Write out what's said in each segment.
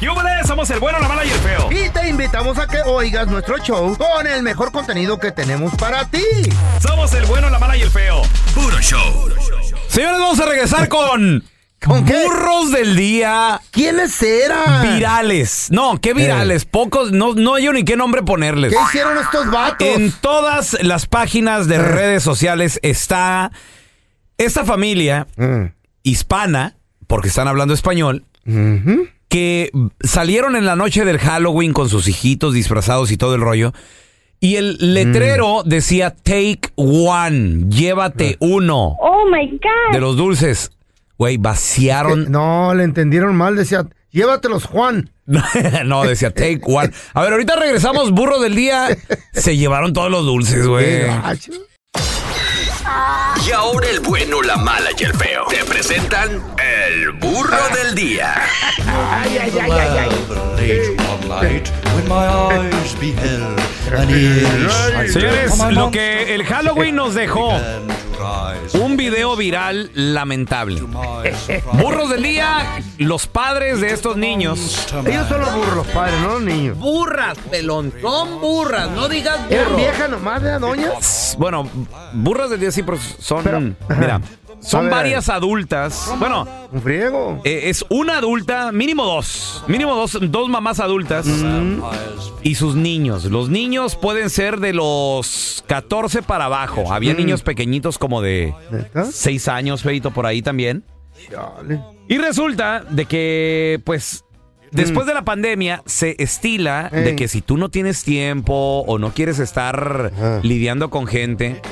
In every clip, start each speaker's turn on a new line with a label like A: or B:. A: ¡Yúbales! Somos el bueno, la mala y el feo.
B: Y te invitamos a que oigas nuestro show con el mejor contenido que tenemos para ti.
A: Somos el bueno, la mala y el feo. Puro show. Señores, vamos a regresar con.
B: ¿Con qué?
A: Burros del día
B: ¿Quiénes eran? Eh.
A: virales. No, qué virales. Pocos, no, no yo ni qué nombre ponerles.
B: ¿Qué hicieron estos vatos? Eh.
A: En todas las páginas de redes sociales está esta familia
B: Mm.
A: hispana, porque están hablando español,
B: Ujú.
A: que salieron en la noche del Halloween con sus hijitos disfrazados y todo el rollo. Y
B: Mm.
A: el letrero decía, take one, llévate
B: Ah.
A: uno
C: Oh my God.
A: de los dulces. Güey,
B: Que-
A: vaciaron.
B: No, le entendieron mal. Decía, llévatelos, Juan.
A: no, decía, take one. A ver, ahorita regresamos, burro del día. Se llevaron todos los dulces,
B: Qué
A: güey.
B: gacho.
D: Y ahora el bueno, la mala y el feo. Te presentan el burro del día.
A: Eh, Señores, lo que el Halloween nos dejó. Un video viral lamentable. Burros del día, los padres de estos niños.
B: Ellos son los burros, los padres, no los niños.
A: Burras, pelón. Son burras, no digas
B: Eran viejas nomás, eh, ¿verdad, doña?
A: Bueno, burras del día sí, pero son.
B: Pero-
A: mira, son
B: A ver.
A: varias adultas. Bueno,
B: Un friego.
A: eh, es una adulta, mínimo dos. Mínimo dos, dos mamás adultas.
B: Mm.
A: Y sus niños. Los niños pueden ser de los 14 para abajo. Había niños pequeñitos como de
B: Mm. ¿Neta?
A: 6 años, Feito, por ahí también.
B: Chale.
A: Y resulta de que, pues, después de la pandemia se estila de
B: Mm. Ey.
A: que si tú no tienes tiempo o no quieres estar
B: Ajá.
A: lidiando con gente,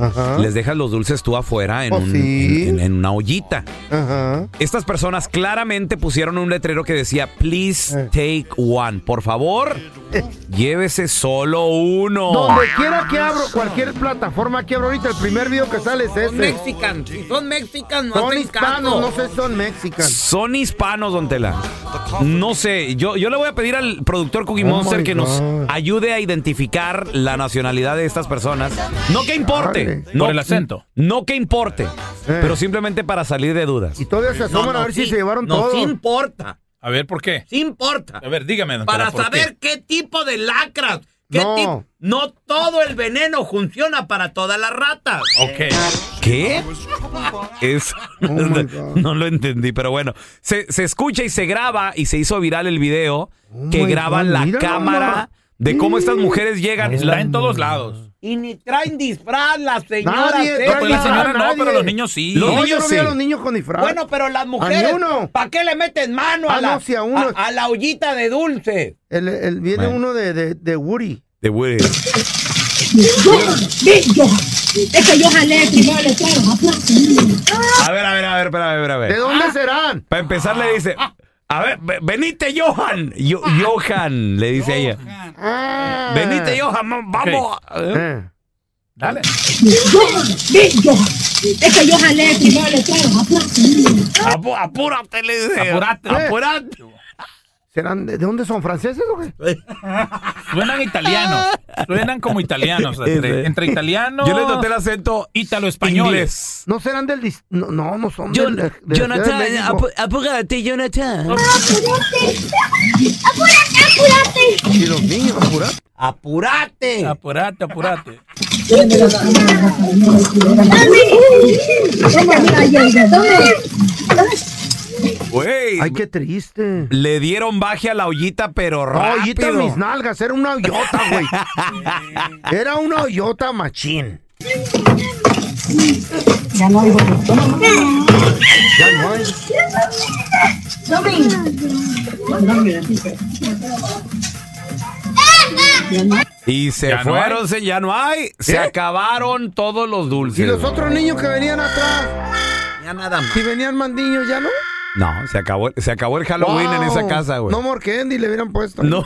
B: Ajá.
A: les dejas los dulces tú afuera en,
B: Oh,
A: un-
B: sí.
A: en- en- en una ollita.
B: Ajá.
A: Estas personas claramente pusieron un letrero que decía,
B: Eh.
A: please take one. Por favor, llévese solo uno.
B: Donde quiera que abro, cualquier plataforma que abro ahorita, el primer video que sale es este.
A: mexicanos, son mexicanos,
B: Son hispanos, no sé si son mexicanos.
A: Son hispanos, don Tela. No sé, yo, yo le voy a pedir al productor Cookie Monster
B: Oh my
A: que nos
B: God.
A: ayude a identificar la nacionalidad de estas personas. No que importe.
B: Dale.
A: No, el acento. No que importe,
B: Eh.
A: pero simplemente para salir de dudas.
B: Y todavía se asoman a ver si se llevaron todo.
A: importa,
E: A ver, ¿por qué?
A: sí importa.
E: A ver, dígame. don Tela,
A: para
E: ¿por
A: saber qué tipo de lacras. Qué
B: No.
A: tip- no todo el veneno funciona para todas las ratas.
E: qué? Ok.
A: ¿Qué? Es,
B: Oh my God.
A: no lo entendí, pero bueno. Se, se escucha y se graba y se hizo viral el video
B: Oh
A: que
B: my
A: graban
B: God,
A: la
B: mira
A: cámara
B: nomás.
A: de cómo estas mujeres llegan.
E: Está en todos lados.
A: Y ni traen disfraz las señoras.
B: Nadie,
A: eh.
B: no,
E: Pues la señora no,
B: nadie.
E: pero los niños sí.
A: Los
B: No,
A: niños
B: yo no vi
A: sí.
B: a los niños con disfraz.
A: Bueno, pero las
B: A
A: mujeres,
B: ni uno.
A: ¿para qué le meten mano a,
B: Ah,
A: la,
B: no, sí, a uno.
A: a- a la ollita de dulce?
B: El, el- viene uno de, de, de Woody.
A: De
F: Es que yo jalé primero el letrero, aplausos.
A: A ver, a ver, a ver, espera, a ver, a ver.
B: ¿De dónde serán?
A: Para empezar le dice, a ver, ve- venite Johan, Yo- Johan, le dice ella.
B: Ah.
A: Venite Johan, ma- vamos.
B: Eh.
E: Dale.
F: Es que yo jalé primero el letrero, aplausos.
A: Apu- apúrate, le dice.
E: Apúrate.
A: Apúrate.
B: ¿Eh? ¿Serán de, de dónde son? ¿Franceses o qué?
G: Suenan italianos. Suenan como italianos. Entre, entre italianos.
A: Yo le noté el acento
G: Ítalo españoles.
A: inglés.
B: No serán del dis- no, no, no son
H: Jon-
B: del- de- de Ciudad de
H: Jonathan,
B: México.
H: apu- apúrate, Jonathan.
F: ¡Apúrate, apúrate!
B: Y los niños, ¿verdad?
A: ¡Apurate!
G: Apurate, apurate.
F: Venga, mira, yo, yo,
A: Güey,
B: Ay, qué triste.
A: le dieron baje a la ollita, pero rápido.
B: Ollita mis nalgas, era una hoyota, güey. Era una hoyota machín. Ya no hay.
A: Y se
G: Ya no
A: fueron,
G: hay.
A: se- ya no hay. Se
B: ¿Eh?
A: acabaron todos los
B: Y
A: dulces.
B: los
A: güey.
B: otros niños que venían atrás,
H: Ya nada más.
B: si venían más niños, ¿ya no?
A: No, se acabó, se acabó el Halloween en esa
B: Wow.
A: casa, güey.
B: No Morkendi le hubieran puesto.
A: No.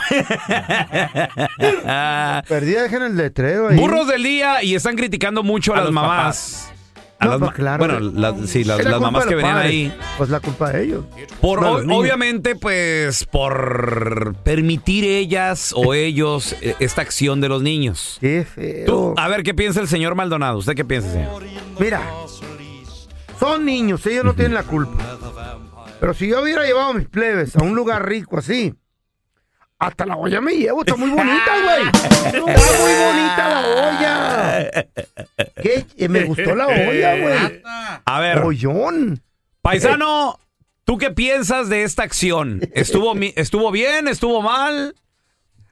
B: Perdí, dejen el letrero ahí.
A: Ah. Burros del día y están criticando mucho a,
G: A
A: las
G: los
A: mamás. A
B: No,
A: las
B: pues
A: ma-
B: claro.
A: Bueno, las, sí, las,
B: Es la culpa
A: las mamás
B: de
A: que
B: los
A: venían
B: padres.
A: ahí.
B: Pues la culpa de ellos.
A: Por,
B: No,
A: ob-
B: los niños.
A: obviamente, pues, por permitir ellas o ellos eh, esta acción de los niños.
B: Qué
A: Tú,
B: feo. Eh,
A: a ver, ¿qué piensa el señor Maldonado? ¿Usted qué piensa, señor?
B: Mira, son niños, ellos no tienen la culpa. Pero si yo hubiera llevado a mis plebes a un lugar rico así, hasta la olla me llevo, está muy bonita, güey. Está muy bonita la olla. ¿Qué? Eh, Me gustó la olla, güey.
A: eh, A ver,
B: Ollón. Eh.
A: paisano, ¿tú qué piensas de esta acción? ¿Estuvo, mi- estuvo bien? ¿Estuvo mal?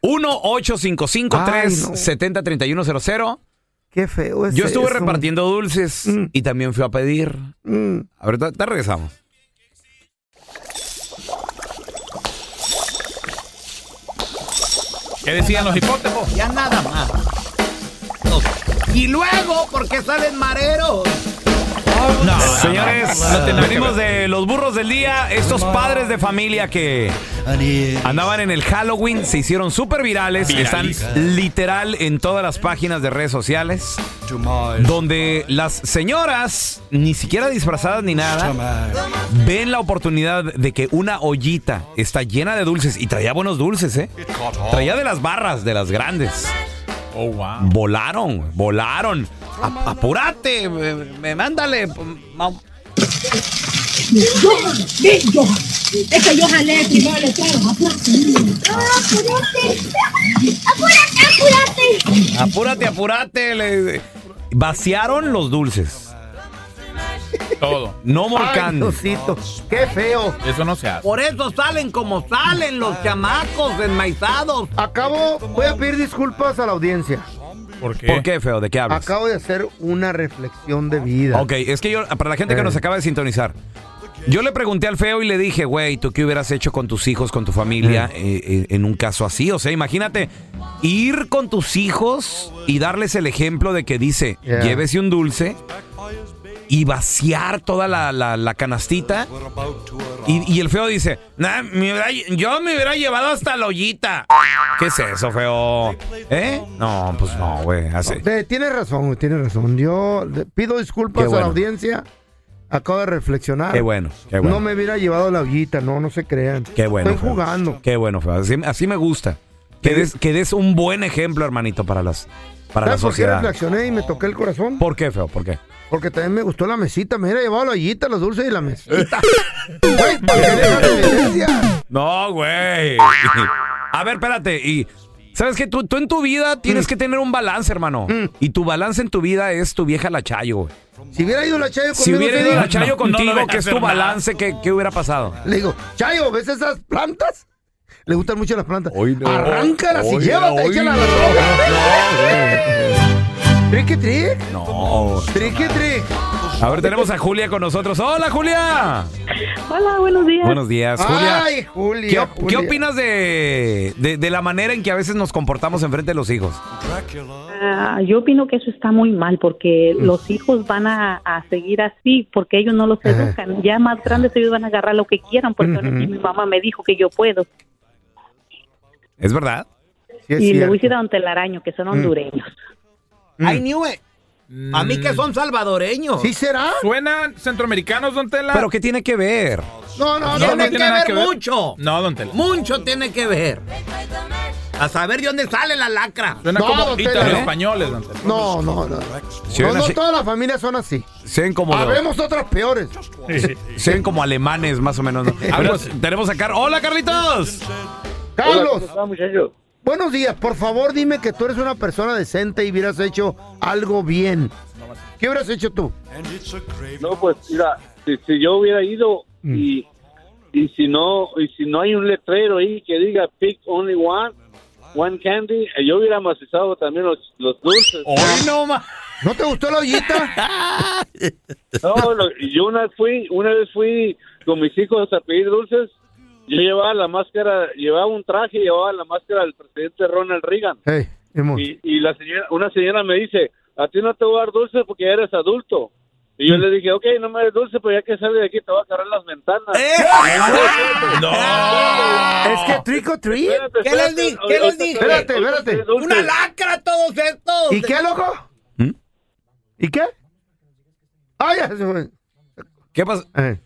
A: 1 855 370 3100
B: Qué feo es
A: Yo estuve
B: eso.
A: repartiendo dulces
B: Mm.
A: y también fui a pedir.
B: Mm.
A: Ahorita te regresamos.
G: ¿Qué decían los hipótesis?
H: Ya nada más. Y luego, ¿por qué salen mareros?
G: No,
A: Señores,
G: no tiene nada que
A: venimos de los burros del día, estos padres de familia que andaban en el Halloween, se hicieron súper virales, están literal en todas las páginas de redes sociales, donde las señoras, ni siquiera disfrazadas ni nada, ven la oportunidad de que una ollita está llena de dulces, y traía buenos dulces, ¿eh? Traía de las barras, de las grandes.
G: Oh, wow.
A: Volaron, volaron. A- apúrate, eh, me, me- mándale. ma-
F: Ven, yo. Es que yo jalé primero el letrero, apúrate. ¡Apúrate! ¡Apúrate, apúrate!
A: Apúrate, apúrate. le- Vaciaron los dulces.
G: Todo.
A: No
B: Ay,
A: volcando.
B: Diosito, qué feo.
G: Eso no se hace.
H: Por eso salen como salen los chamacos enmaizados.
B: Acabo, voy a pedir disculpas a la audiencia.
G: ¿Por qué?
A: ¿Por qué, feo? ¿De qué hablas?
B: Acabo de hacer una reflexión de vida.
A: Ok, es que yo, para la gente que
B: Eh.
A: nos acaba de sintonizar, yo le pregunté al feo y le dije, güey, ¿tú qué hubieras hecho con tus hijos, con tu familia eh, eh, en un caso así? O sea, imagínate ir con tus hijos y darles el ejemplo de que dice,
B: Yeah.
A: llévese un dulce y vaciar toda la, la- la canastita. Y, y el feo dice, "Nah, me hubiera- yo me hubiera llevado hasta la ollita. ¿Qué es eso, feo? ¿Eh? No, pues no, güey. así-
B: De- tienes razón, güey, tienes razón. Yo de- pido disculpas
A: Qué
B: a
A: bueno.
B: la audiencia. Acabo de reflexionar.
A: Qué bueno, qué bueno.
B: No me hubiera llevado la ollita, no, no se crean.
A: Qué bueno.
B: Estoy
A: Fer.
B: jugando.
A: Qué bueno, Fer. Así, así me gusta. Que des, que des un buen ejemplo, hermanito, para las para la
B: ¿Sabes por qué
A: sociedad.
B: reflexioné y me toqué el corazón?
A: ¿Por qué, feo? ¿Por qué?
B: Porque también me gustó la mesita. Me hubiera llevado la ollita, los dulces y la mesita. Güey, ¿para qué dejas evidencia?
A: No, güey. A ver, espérate. Y sabes que tú, tú en tu vida
B: Mm.
A: tienes que tener un balance, hermano. Y tu balance en tu vida es tu vieja la Chayo, güey.
B: Si hubiera ido la Chayo conmigo,
A: Si hubiera
B: te
A: ido
B: digo,
A: la Chayo
G: no,
A: contigo,
G: no lo
A: ¿qué
G: dejas
A: es tu
G: hacer nada.
A: balance? ¿Qué, qué hubiera pasado?
B: le digo, Chayo, ¿ves esas plantas? Le gustan mucho las plantas.
A: Hoy no.
B: Arráncalas y
A: Hoy
B: llévate,
A: no,
B: échala a
A: hoy
B: la
A: no.
B: ropa. Tricky trick,
A: No.
B: tricky trick.
A: A ver, tenemos a Julia con nosotros. ¡Hola, Julia!
C: Hola, buenos días.
A: Buenos días, Julia.
B: Ay, Julia.
A: ¿Qué, op- qué
B: Julia.
A: opinas de, de, de la manera en que a veces nos comportamos enfrente de los hijos?
C: Ah, yo opino que eso está muy mal porque los hijos van a, a seguir así porque ellos no los
B: Ajá.
C: educan. Ya más grandes ellos van a agarrar lo que quieran porque ahora sí
B: Ujú.
C: mi mamá me dijo que yo puedo.
A: ¿Es verdad?
B: Sí, es
C: y le
B: cierto.
A: Mm.
C: voy a decir a Don Telaraño que son hondureños.
H: I knew it. A mí
A: Mm.
H: que son salvadoreños.
B: ¿Sí será?
G: ¿Suenan centroamericanos, don Tela?
A: ¿Pero qué tiene que ver?
B: No, no,
H: Tiene
B: no.
H: que
G: nada
H: ver
G: que ver.
H: mucho.
G: No, don Tela.
H: Mucho tiene que ver. A saber de dónde sale la lacra.
G: Suena
B: No,
G: como
B: don Tela,
G: ítalos
B: ¿eh?
G: españoles, don Tela.
B: No, no, no.
A: Se
B: No,
A: ven,
B: no
A: así-
B: todas las familias son así.
A: se ven como,
B: Habemos otras peores.
A: se ven como alemanes, más o menos. ¿no? A ver, tenemos a Carlos. ¡Hola, Carlitos!
B: Carlos. Buenos días. Por favor, dime que tú eres una persona decente y hubieras hecho algo bien. ¿Qué hubieras hecho tú?
I: No, pues mira, si, si yo hubiera ido
B: Mm.
I: y, y si no y si no hay un letrero ahí que diga pick only one, one candy, eh, yo hubiera macizado también los, los dulces.
A: no, ma!
B: ¿No te gustó la ollita?
I: No, lo- yo una vez fui, una vez fui con mis hijos a pedir dulces. Yo llevaba la máscara, llevaba un traje, y llevaba la máscara del presidente Ronald Reagan.
B: Ey, Simón.
I: Y, y la señora, una señora me dice, a ti no te voy a dar dulces porque ya eres adulto. Y yo le dije, ok, no me des dulce, pero ya que sale de aquí te voy a cerrar las ventanas.
A: ¡Eh!
B: Es que trick or treat.
I: Espérate,
H: ¿Qué les di-
I: espérate,
H: qué les
I: ahorita
H: dije?
I: te-
B: Espérate,
I: ahorita
B: espérate.
I: te doy
H: ¡Una
I: dulces.
H: lacra todos estos!
B: ¿Y qué, loco?
A: ¿Mm?
B: ¿Y qué? Ah, ya se fue.
A: ¿Qué, pas-
B: Eh,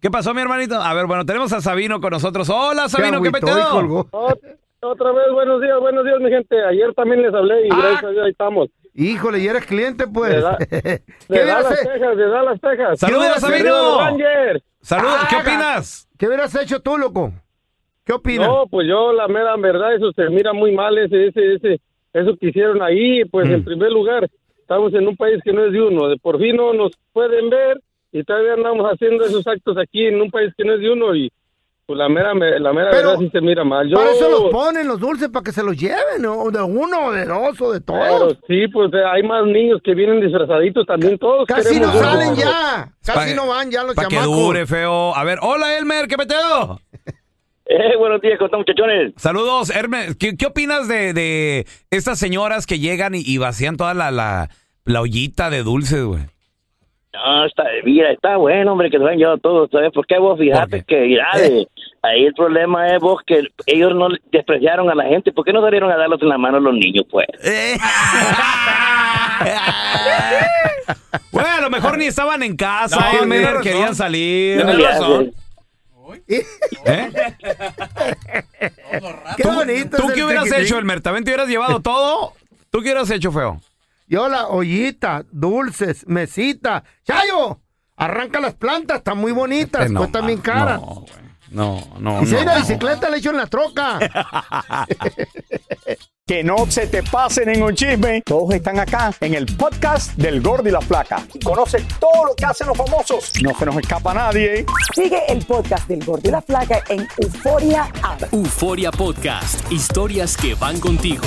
A: ¿Qué pasó, mi hermanito? A ver, bueno, tenemos a Sabino con nosotros. ¡Hola,
B: se
A: Sabino! ¿Qué,
B: agüitó y
A: peteo?
B: colgó.
I: Ot- Otra vez, buenos días, buenos días, mi gente. Ayer también les hablé y
A: Ah.
I: gracias a Dios ahí estamos.
B: Híjole, y eres cliente, pues.
I: da-
B: ¿Qué
I: De
B: hubieras
I: Dallas,
B: hecho?
I: Texas, de Dallas, Texas.
A: ¡Saludos,
I: Arriba los
A: Sabino!
I: Rangers.
A: ¡Saludos! ¿Qué
B: Ah,
A: opinas?
B: ¿Qué hubieras hecho tú, loco? ¿Qué opinas?
I: No, pues yo la mera verdad, eso se mira muy mal, ese, ese, ese, eso que hicieron ahí, pues
B: Mm.
I: en primer lugar, estamos en un país que no es de uno, de por fin no nos pueden ver y todavía andamos haciendo esos actos aquí en un país que no es de uno y pues la mera, me- la mera
B: Pero,
I: verdad sí se mira mal. Yo,
B: Para eso los ponen los dulces, para que se los lleven, o de uno, o de dos, o de
I: pero
B: todos.
I: sí, pues eh, hay más niños que vienen disfrazaditos también todos.
B: Casi no
I: queremos eso.
B: salen ya. Casi
A: Pa-
B: no van ya los
A: Para que
B: chamacos.
A: dure, feo. A ver, hola, Elmer, ¿qué peteo?
I: Eh, buenos días, ¿cómo están, muchachones?
A: Saludos, Hermes. ¿Qué, qué opinas de, de estas señoras que llegan y, y vacían toda la, la, la ollita de dulces, güey?
I: No, está, mira, está bueno, hombre, que lo han llevado todos, ¿sabes por qué vos fijate
A: ¿Por qué?
I: que, mira, de- ahí el problema es vos que ellos no despreciaron a la gente, ¿por qué no salieron a darlos en la mano a los niños, pues?
B: Eh.
A: Bueno, a lo mejor ni estaban en casa,
G: No,
A: Elmer,
G: tiene razón.
A: querían salir.
G: Tiene
I: Ya,
G: razón.
A: ¿Eh?
B: Qué
A: ¿Tú,
B: bonito
A: tú
B: es el
A: qué hubieras
B: triqui-triqui.
A: hecho, Elmer? ¿También te hubieras llevado todo? ¿Tú qué hubieras hecho, feo?
B: Yo la ollita, dulces, mesita. ¡Chayo! Arranca las plantas, están muy bonitas,
J: Pues
A: Eh, no,
B: cuestan bien
A: ma-
B: caras.
A: No, güey. no, no.
B: y si hay
A: no.
B: una bicicleta, le echo en la troca.
J: Que no se te pasen en un chisme. Todos están acá en el podcast del Gordi y la Flaca. Y conoce todo lo que hacen los famosos. No se nos escapa nadie.
K: Sigue el podcast del Gordo y la Flaca en Euforia App.
L: Euforia Podcast, historias que van contigo.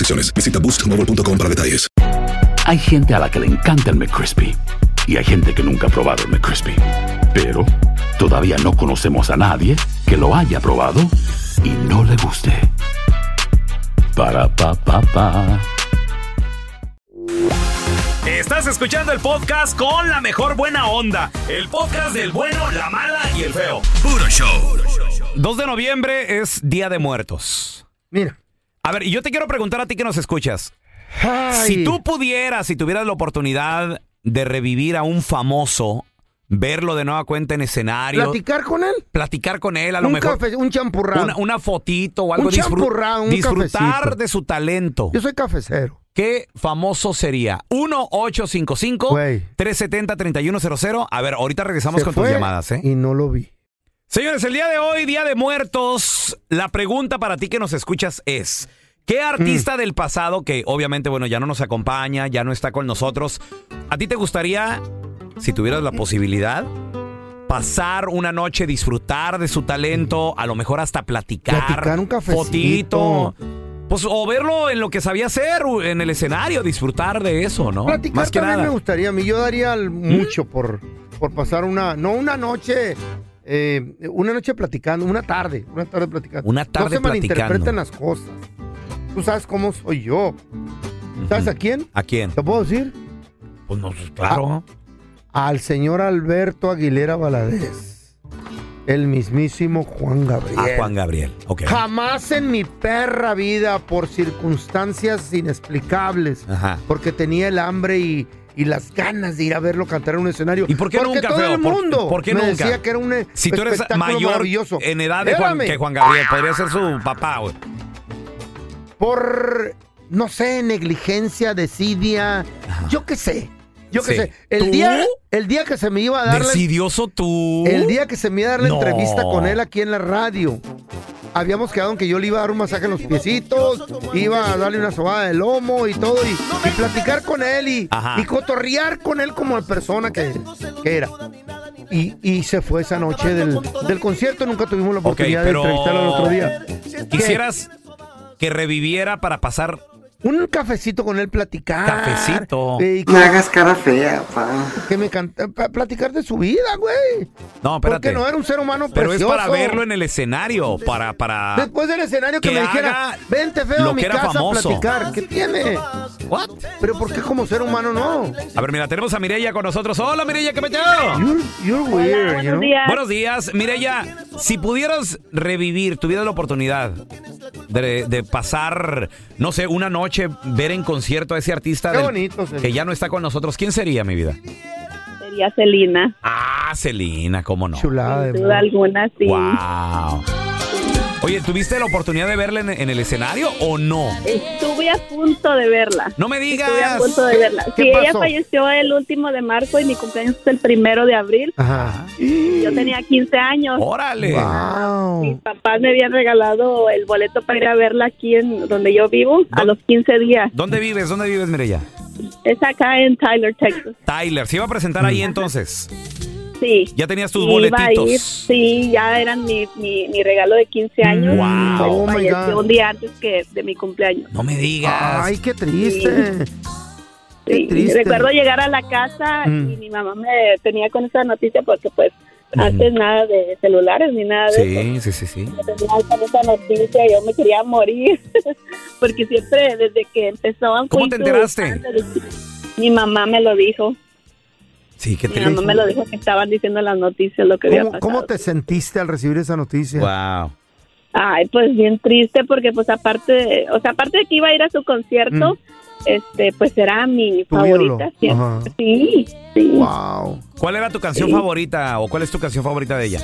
M: Visita boostmobile.com para detalles.
D: Hay gente a la que le encanta el McCrispy y hay gente que nunca ha probado el McCrispy. Pero todavía no conocemos a nadie que lo haya probado y no le guste. Para pa pa pa.
L: Estás escuchando el podcast con la mejor buena onda. El podcast del bueno, la mala y el feo.
M: Puro show.
A: 2 de noviembre es Día de Muertos.
B: Mira.
A: A ver, y yo te quiero preguntar a ti que nos escuchas.
B: Ay.
A: Si tú pudieras, si tuvieras la oportunidad de revivir a un famoso, verlo de nueva cuenta en escenario,
B: platicar con él,
A: platicar con él, a lo
B: un
A: mejor
B: café, un champurrado.
A: una, una fotito o algo
B: Un champurrado, un
A: disfrutar
B: cafecito.
A: de su talento.
B: Yo soy cafecero.
A: ¿Qué famoso sería? 1-855-370-3100. A ver, ahorita regresamos
B: Se
A: con
B: fue
A: tus llamadas, ¿eh?
B: Y no lo vi.
A: Señores, el día de hoy, Día de Muertos, la pregunta para ti que nos escuchas es, ¿qué
B: Mm.
A: artista del pasado que obviamente, bueno, ya no nos acompaña, ya no está con nosotros, a ti te gustaría, si tuvieras la posibilidad, pasar una noche, disfrutar de su talento, a lo mejor hasta platicar,
B: Platicar un cafecito.
A: fotito, pues o verlo en lo que sabía hacer, u- en el escenario, disfrutar de eso, ¿no?
B: Platicar
A: Más que
B: también
A: nada. ¿Mm?
B: me gustaría a mí. Yo daría al- mucho por, por pasar una, no una noche, eh, una noche platicando, una tarde, una tarde platicando.
A: Una
B: No
A: tarde
B: se malinterpreten
A: platicando.
B: las cosas. Tú sabes cómo soy yo. ¿Sabes a quién?
A: ¿A quién?
B: ¿Te puedo decir?
A: Pues no, claro.
B: Al señor Alberto Aguilera Valadez. El mismísimo Juan Gabriel.
A: A Juan Gabriel, ok.
B: Jamás en mi perra vida, por circunstancias inexplicables, porque tenía el hambre y, y las ganas de ir a verlo cantar en un escenario. ¿Y
A: ¿Por qué
B: Porque
A: nunca,
B: todo
A: feo?
B: el
A: ¿Por-
B: mundo
A: ¿Por, qué
B: me
A: nunca?
B: decía que era un
A: Si tú eres
B: espectáculo
A: mayor
B: maravilloso.
A: en edad de Juan,
B: Espérame.
A: que Juan Gabriel, pues. podría ser su papá. güey.
B: Por, no sé, negligencia, desidia, yo qué sé. Yo qué
A: Sí.
B: sé. El
A: ¿Tú?
B: día, el día que se me iba a dar... la-
A: Decidioso tú.
B: El día que se me iba a dar la
A: No.
B: entrevista con él aquí en la radio, habíamos quedado en que yo le iba a dar un masaje en los piecitos, iba a darle una sobada de lomo y todo, y, y platicar con él y,
A: Ajá.
B: y cotorrear con él como la persona que, que era. Y, y se fue esa noche del, del concierto, nunca tuvimos la
A: Ok,
B: oportunidad
A: pero-
B: de entrevistarlo el otro día.
A: Quisieras que reviviera para pasar
B: Un cafecito con él, platicar.
A: cafecito.
B: eh, y que- Que me canta, eh, pa- platicar de su vida, güey.
A: No,
B: Porque
A: espérate.
B: no era un ser humano
A: Pero es
B: precioso.
A: para verlo en el escenario, para para
B: Después del escenario que,
A: Ah. que
B: me dijera,
A: haga
B: vente feo
A: lo
B: a mi
A: que era
B: casa
A: famoso".
B: a
C: Ah,
B: platicar. ¿Qué tiene?
A: What?
B: Pero ¿por qué como ser humano no?
A: A ver, mira, tenemos a Mirella con nosotros. Hola, Mirella, ¿qué metido?
B: You're weird, you know?
A: Buenos días, Mireya. Si pudieras revivir, tuvieras la oportunidad de, de pasar, no sé, una noche, ver en concierto a ese artista
B: Qué
A: del-
B: bonito, Selena.
A: que ya no está con nosotros, ¿quién sería mi vida?
C: Sería Celina.
A: Ah, Celina, cómo no.
B: Chulada
C: Sin duda alguna, sí.
A: Wow. Oye, ¿tuviste la oportunidad de verla en, en el escenario o no?
C: Estuve a punto de verla.
A: No me digas.
C: Estuve a punto de verla.
A: ¿Qué
C: Sí, ella
A: pasó?
C: falleció el último de marzo y mi cumpleaños es el primero de abril.
B: Ajá.
C: Yo tenía 15 años. Ah,
A: Órale.
C: Mis papás me habían regalado el boleto para ir a verla aquí en donde yo vivo a los 15 días.
A: ¿Dónde vives? ¿Dónde vives, Mireya?
C: Es acá en Tyler, Texas.
A: Tyler, ¿se iba a presentar
B: Mm.
A: ahí entonces?
C: Sí.
A: Ya tenías tus
C: Y iba a ir,
A: boletitos.
C: sí, ya eran mi, mi, mi regalo de 15 años.
A: Wow.
C: Pues
A: Mm. Oh, my
C: falleció
A: God.
C: un día antes que de mi cumpleaños.
A: No me digas.
B: Ay, qué triste. Qué
C: Sí,
B: triste.
C: Recuerdo llegar a la casa
B: Mm.
C: y mi mamá me tenía con esa noticia porque pues antes nada de celulares ni nada de eso.
A: Sí, sí, sí, sí.
C: Me tenía con esa noticia yo me quería morir porque siempre desde que empezó a
A: ¿Cómo te enteraste?
C: Mi mamá me lo dijo.
A: Sí, qué
C: Mi mamá me lo dijo que estaban diciendo las noticias lo que había
B: ¿Cómo,
C: pasado.
B: cómo te sentiste al recibir esa noticia?
A: Wow.
C: Ay, pues bien triste porque pues aparte, o sea, aparte de que iba a ir a su concierto,
B: Mm.
C: este, pues era mi
A: Tu
C: favorita
A: ídolo.
C: siempre.
A: Ajá.
C: Sí, sí.
B: Wow.
A: ¿Cuál era tu canción
C: Sí.
A: favorita o cuál es tu canción favorita de ella?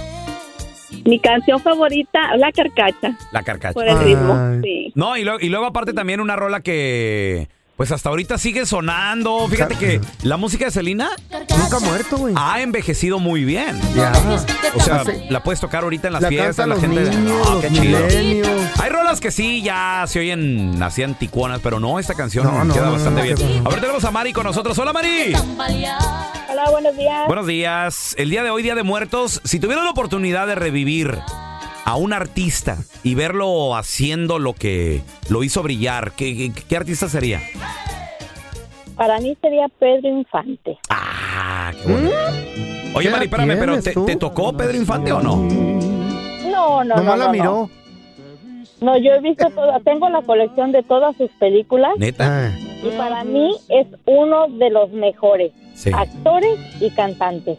C: Mi canción favorita, La Carcacha,
A: La carcacha.
C: por el ritmo, sí.
A: No, y luego, y luego aparte también una rola que pues hasta ahorita sigue sonando. Fíjate que la música de Selena
B: nunca ha muerto, güey.
A: Ha envejecido muy bien.
B: Ya.
A: O sea,
B: Hace-
A: la puedes tocar ahorita en las
B: La
A: fiestas,
B: cantan
A: la
B: los
A: gente.
B: niños,
A: Ah,
B: los
A: qué chido.
B: millennials.
A: Hay rolas que sí ya se oyen así anticuonas, pero no, esta canción
B: No, no,
A: queda
B: no, no,
A: bastante
B: no,
A: bien.
B: qué bueno.
A: Ahora tenemos a Mari con nosotros. Hola Mari.
C: Hola, buenos días.
A: Buenos días. El día de hoy, Día de Muertos, si tuvieran la oportunidad de revivir a un artista y verlo haciendo lo que lo hizo brillar, ¿qué, qué- qué artista sería?
C: Para mí sería Pedro Infante.
A: Ah, qué bueno. Oye, Mari, espérame, pero ¿te, te tocó Pedro Infante o no?
C: No, no, no.
B: Nomás la
C: no,
B: miró.
C: No. No, yo he visto toda, tengo la colección de todas sus películas
A: Neta.
C: y para mí es uno de los mejores
A: Sí.
C: actores y cantantes.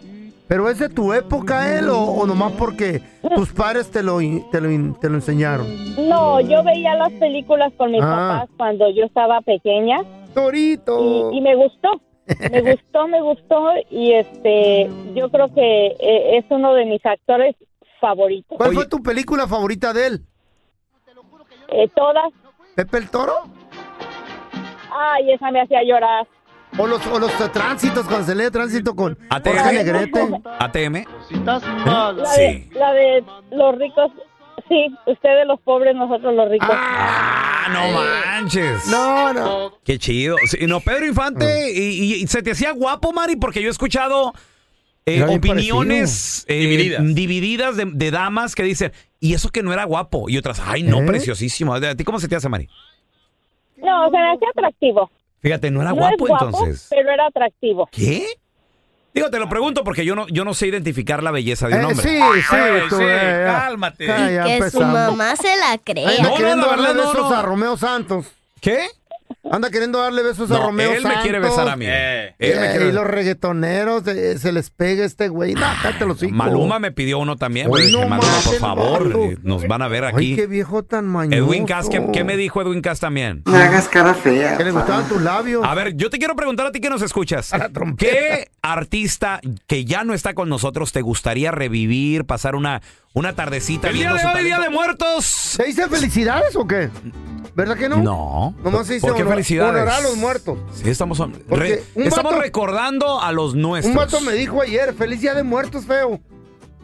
B: ¿Pero es de tu época él o, o nomás porque tus padres te lo, in- te lo, in- te lo enseñaron?
C: No, yo veía las películas con mis
B: Ah.
C: papás cuando yo estaba pequeña.
B: Torito.
C: Y, y me gustó, me gustó, me gustó y este, yo creo que eh, es uno de mis actores favoritos.
B: ¿Cuál fue tu película favorita de él?
C: Eh, todas,
B: ¿Pepe el Toro?
N: Ay, esa me hacía llorar.
B: O los, o los tránsitos, cuando se lee tránsito con
A: Ah,
B: Jorge Negrete.
A: ATM.
N: ¿Eh? La, de, la de los ricos. Sí, ustedes los pobres, nosotros los ricos.
A: Ah, no manches.
B: No, no.
A: Qué chido. Sí, no, Pedro Infante, y, y- y se te hacía guapo, Mari, porque yo he escuchado eh,
B: Era bien
A: opiniones eh,
B: Divididas.
A: divididas, de, de damas que dicen, y eso que no era guapo. Y otras, ay, no,
B: ¿Eh?
A: preciosísimo. ¿A ti cómo se te hace, Mari?
N: No, se me hacía atractivo.
A: Fíjate, no era
N: No
A: guapo,
N: es guapo,
A: entonces.
N: pero era atractivo.
A: ¿Qué? Digo, te lo pregunto porque yo no, yo no sé identificar la belleza de un
B: Eh,
A: hombre. Ah,
B: sí, sí, tú, eh, eh,
O: cálmate.
B: ah, ya
F: que su
B: empezamos.
F: mamá se la
B: Anda
F: crea.
B: queriendo darle besos a Romeo Santos.
A: ¿Qué?
B: Anda queriendo darle besos a
A: No,
B: Romeo
A: él
B: Santos.
A: me quiere besar a mí. Eh, él me
B: Eh,
A: quiere-
B: y los reggaetoneros, eh, se les pega este güey. No, cállate los hijos.
A: Maluma me pidió uno también.
B: Hoy
A: pero dije,
B: no
A: Maluma, por
B: mames,
A: favor,
B: vato.
A: eh, nos van a ver
B: Ay,
A: aquí.
B: qué viejo tan mañoso.
A: Edwin Cass, ¿qué, qué me dijo Edwin Cass también?
B: Me hagas cara fea. Que le gustaban tus labios.
A: A ver, yo te quiero preguntar a ti que nos escuchas. ¿Qué artista que ya no está con nosotros te gustaría revivir, pasar una, una tardecita
B: El día
A: viendo
B: de
A: su
B: hoy,
A: talento?
B: Día de
A: Muertos.
B: ¿Se dice felicidades o qué? ¿Verdad que no?
A: No.
B: Nomás se dice
A: ¿Por qué
B: honor-
A: felicidades?
B: honorar a los muertos.
A: Sí, estamos, re-
B: Porque un
A: estamos
B: vato-
A: recordando a los nuestros.
B: Un vato me dijo ayer, feliz día de muertos, feo.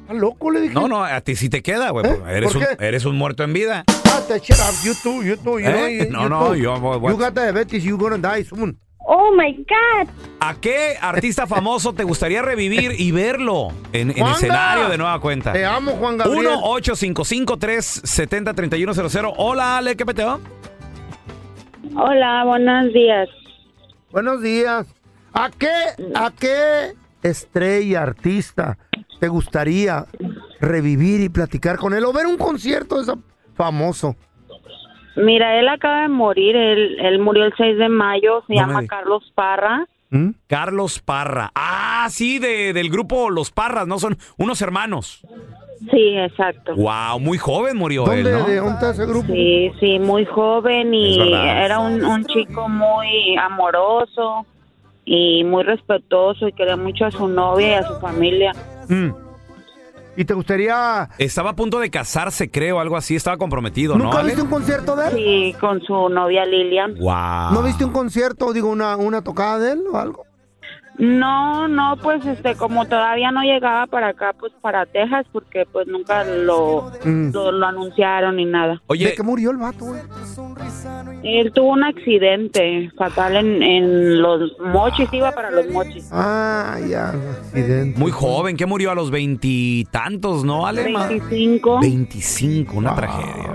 B: ¿Estás loco? Le dije.
A: No, no, eh. a ti sí te queda, güey. pues,
B: ¿Eh?
A: Eres,
B: ¿Por
A: un-
B: qué?
A: eres un muerto en vida.
B: Ah, te shut up, you too, you too, you
A: ¿Eh?
B: know, you-
A: No,
B: you
A: no,
B: too.
A: yo- what-
B: You got diabetes, you gonna die soon.
N: Oh my God.
A: ¿A qué artista famoso te gustaría revivir y verlo en, en
B: Juanga,
A: escenario de nueva cuenta?
B: Te amo, Juan Gabriel.
A: 1-855-370-3100. Hola, Ale, ¿qué peteo?
N: Hola, buenos días.
B: Buenos días. ¿A qué, a qué estrella, artista te gustaría revivir y platicar con él o ver un concierto de esa famoso?
N: Mira, él acaba de morir. Él, él murió el 6 de mayo.
A: No
N: Se
A: me
N: llama
A: digas.
N: Carlos Parra.
B: ¿Mm?
A: Carlos Parra. Ah, sí, de- del grupo Los Parras, ¿no? Son unos hermanos.
N: Sí, exacto.
A: Wow, muy joven murió él, ¿no?
B: está ese grupo?
N: Sí, sí, muy joven y
A: Es verdad.
N: era un, un chico muy amoroso y muy respetuoso y quería mucho a su novia y a su familia.
B: ¿Y te gustaría...?
A: Estaba a punto de casarse, creo, algo así. Estaba comprometido, ¿no?
B: ¿Nunca
A: Ale?
B: viste un concierto de él?
N: Sí, con su novia Lilian.
A: Wow.
B: ¿No viste un concierto, digo, una, una tocada de él o algo?
N: No, no, pues este, como todavía no llegaba para acá, pues para Texas, porque pues nunca lo,
B: Mm.
N: lo, lo anunciaron ni nada.
A: Oye.
B: ¿De qué murió el vato, güey?
N: Él tuvo un accidente fatal en, en los mochis, iba para los mochis.
B: Ah, ya, un accidente.
A: Muy joven, que murió a los veintitantos, ¿no, Ale? Ma-
N: 25.
A: 25, una tragedia.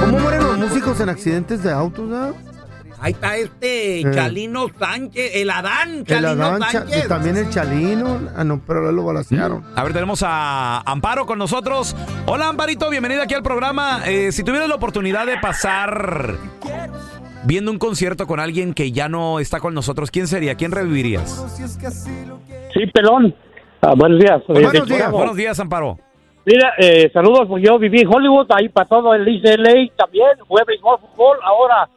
B: ¿Cómo mueren los músicos en accidentes de autos, ah?
P: Ahí está este
B: Eh.
P: Chalino Sánchez, el Adán,
B: El
P: Chalino
B: Adán, Cha-
P: Sánchez.
B: también el Chalino. Ah, no, pero lo balacearon.
A: A ver, tenemos a Amparo con nosotros. Hola, Amparito, bienvenida aquí al programa. Eh, si tuvieras la oportunidad de pasar viendo un concierto con alguien que ya no está con nosotros, ¿quién sería? ¿Quién revivirías?
I: Sí, pelón. Ah, buenos días.
B: Pues
I: Eh,
A: Buenos
I: de-
A: días, buenos días, Amparo.
I: Mira, eh, saludos, pues yo viví en Hollywood, ahí pasado el LA también, jugué béisbol, fútbol. Ahora,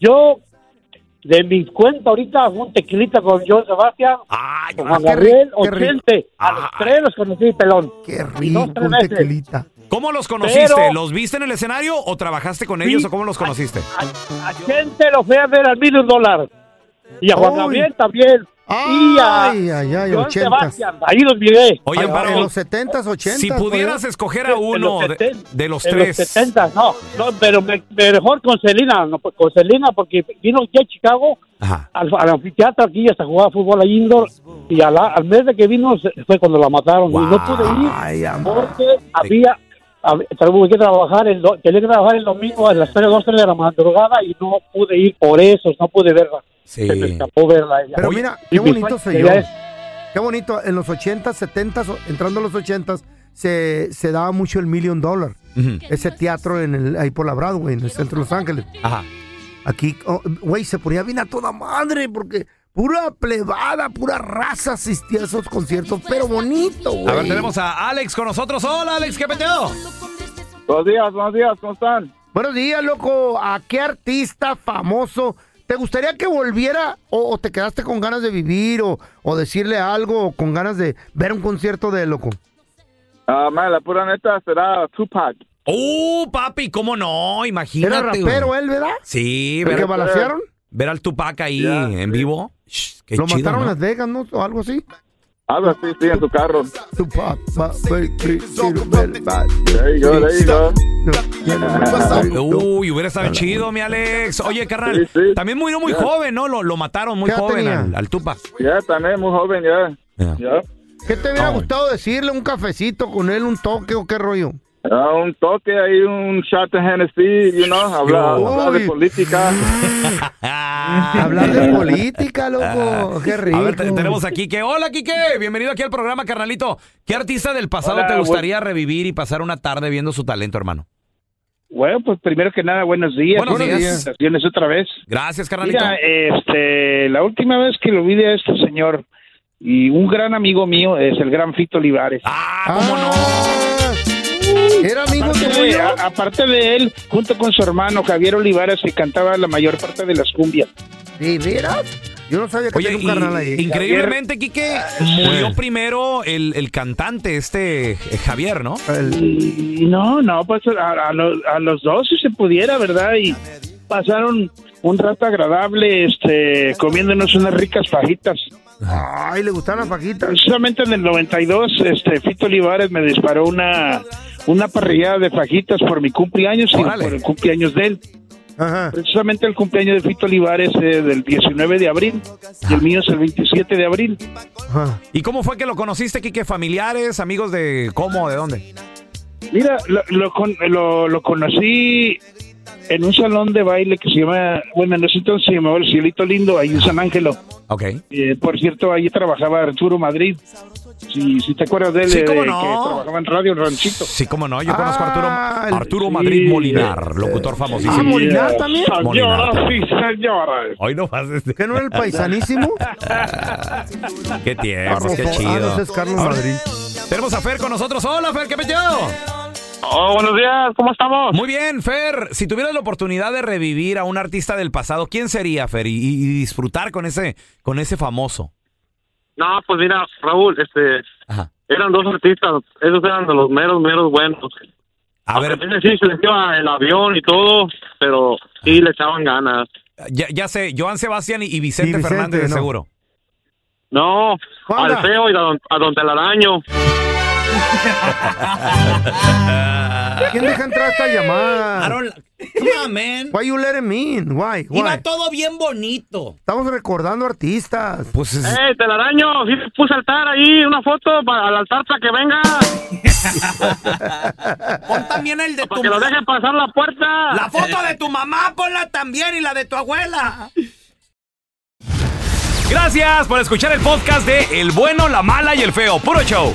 I: yo, de mi cuenta ahorita, un tequilita con John Sebastián,
B: Ah,
I: con Juan
B: qué
I: Gabriel,
B: rico, qué rico.
I: 80, a los tres los conocí, pelón.
B: Qué
I: rico,
B: Un tequilita.
A: ¿Cómo los conociste?
I: Pero-
A: ¿Los viste en el escenario o trabajaste con
I: Sí.
A: ellos o cómo los conociste?
I: A gente lo fui a ver al mil dólar. Y a Juan
B: Uy.
I: Gabriel también. y a
B: Ay, ay, ay,
I: John
B: 80.
I: Sebastián, ahí los miré.
A: Oye, Amparo,
B: en los pues. 70s, 80s.
A: si pudieras escoger a uno de, de los
I: en
A: tres,
I: los 70, no, no, pero me- me mejor con Celina, no, pues, con Celina porque vino aquí a Chicago al, al anfiteatro aquí hasta jugaba fútbol a indoor y a la- al mes de que vino se- fue cuando la mataron y no pude ir porque había, hab- tuve que trabajar el, do- tenía que trabajar el domingo a las 3 o 2 de la madrugada y no pude ir por eso, no pude verla. Se me escapó verla. ella.
B: Pero
I: Oye,
B: mira,
I: y
B: qué
I: mi
B: bonito
I: sueño
B: se
I: sería es-
B: Qué bonito. En los 80s, 70s, o- entrando a los 80s, se, se daba mucho el Million Dollar. Ese teatro en el, ahí por la Broadway, en el centro de Los Ángeles.
A: Ajá.
B: Aquí, oh, güey, se ponía bien a toda madre porque pura plebada, pura raza asistía a esos conciertos, pero bonito, güey.
A: a ver, tenemos a Alex con nosotros. Hola, Alex, ¿qué peteo?
Q: Buenos días, buenos días, ¿cómo están?
B: Buenos días, loco. ¿A qué artista famoso te gustaría que volviera o, o te quedaste con ganas de vivir o, o decirle algo o con ganas de ver un concierto de él, loco?
Q: Ah, man, la pura neta será Tupac.
A: ¡Uh, papi! ¿Cómo no? Imagínate.
B: Era rapero
A: güey.
B: él, ¿verdad?
A: Sí.
B: ¿El que balacearon?
A: Ver al Tupac ahí en vivo. Shh, qué
B: Lo
A: chido,
B: mataron en
A: ¿no?
B: Las Vegas, ¿no? O algo así.
Q: Habla así, sí, en tu carro.
B: Tu papá fue el principal.
Q: There you go, there you go.
A: Uy, hubiera estado chido, mi Alex. Oye, carnal, también murió muy
Q: Ya.
A: joven, ¿no? Lo, lo mataron muy
Q: ¿Qué edad
A: joven
Q: tenía?
A: al, al Tupac.
Q: Ya, también muy joven, ya. Ya.
B: ¿Qué te
A: Ah,
B: hubiera gustado decirle? ¿Un cafecito con él? ¿Un toque o qué rollo?
Q: Ah, un toque ahí, un shot de Hennessy, you know, hablar,
B: Uy.
Q: hablar de política.
B: Hablar de política, loco. Oh, Qué rico.
A: Ah. A ver, te- tenemos a Quique. Hola, Quique. Bienvenido aquí al programa, carnalito. ¿Qué artista del pasado
E: Hola,
A: te
E: bu-
A: gustaría revivir y pasar una tarde viendo su talento, hermano?
E: Bueno, pues primero que nada, buenos días.
A: Buenos días.
E: Felicitaciones otra vez.
A: Gracias, carnalito.
E: Mira, este, la última vez que lo vi de este señor y un gran amigo mío es el gran Fito Olivares.
B: Era amigo
E: aparte de, a- aparte de él, junto con su hermano Javier Olivares, que cantaba la mayor parte de las cumbias.
B: ¿De veras? Yo no sabía que
A: Oye,
B: tenía un
A: y-
B: carnal ahí. Eh.
A: increíblemente, Quique, murió primero el, el cantante, este eh, Javier, ¿no?
E: Y no, no, pues a, a lo- a los dos si se pudiera, ¿verdad? Y pasaron un rato agradable, este, comiéndonos unas ricas fajitas.
B: Ay, le gustaban las fajitas.
E: Precisamente en el 92, este, Fito Olivares me disparó una, una parrillada de fajitas por mi cumpleaños y por el cumpleaños de él. Precisamente el cumpleaños de Fito Olivares es del 19 de abril y el mío es el 27 de abril.
A: ¿Y cómo fue que lo conociste, Quique? ¿Familiares, amigos de cómo, de dónde?
E: Mira, lo, lo, con- lo- lo conocí en un salón de baile que se llama, bueno, en ese entonces se llamaba El Cielito Lindo, ahí en San Ángelo.
A: Ok.
E: Eh, por cierto, ahí trabajaba Arturo Madrid. Si, si te acuerdas de él,
A: Sí,
E: eh,
A: cómo
E: que
A: no.
E: trabajaba en Radio Ranchito.
A: Sí, cómo no, yo conozco a
B: Ah,
A: Arturo, Arturo
E: sí.
A: Madrid Molinar, locutor famosísimo.
E: Ah, Molinar
B: también.
A: Molinar
E: Señoras
A: también.
E: y señores.
A: Hoy no más. este-
B: ¿Que no era el paisanísimo?
A: Qué tiempos, Eh, pues qué
B: Ah,
A: chido.
B: ese es Carlos
A: Ahora,
B: Madrid.
A: Tenemos a Fer con nosotros. Hola, Fer, ¿qué peteado?
Q: Oh, buenos días, ¿cómo estamos?
A: Muy bien, Fer. Si tuvieras la oportunidad de revivir a un artista del pasado, ¿quién sería, Fer? Y, y- y disfrutar con ese, con ese famoso.
Q: No, pues mira, Raúl, este,
A: Ajá.
Q: eran dos artistas, esos eran de los meros, meros buenos.
A: A ver.
Q: Sí, se les iba el avión y todo, pero sí le echaban ganas.
A: Ya, ya sé, Joan Sebastián y, y Vicente,
Q: Vicente,
A: Fernández, de
Q: no.
A: seguro.
Q: No,
A: ¿Cuál?
Q: al feo y a don, a don Telaraño.
B: ¿Quién deja entrar esta llamada?
Q: Aaron,
B: come on, man. Why you letting me in? Why? Why?
Q: Iba
A: todo bien bonito.
B: Estamos recordando artistas.
A: Pues
Q: ¡Eh, telaraño! Sí, te puse altar ahí, una foto para al altar para que venga.
A: Pon también el de
Q: Para que lo deje pasar la puerta.
A: La foto de tu mamá, ponla también y la de tu abuela. Gracias por escuchar el podcast de El bueno, la mala y el feo. Puro show.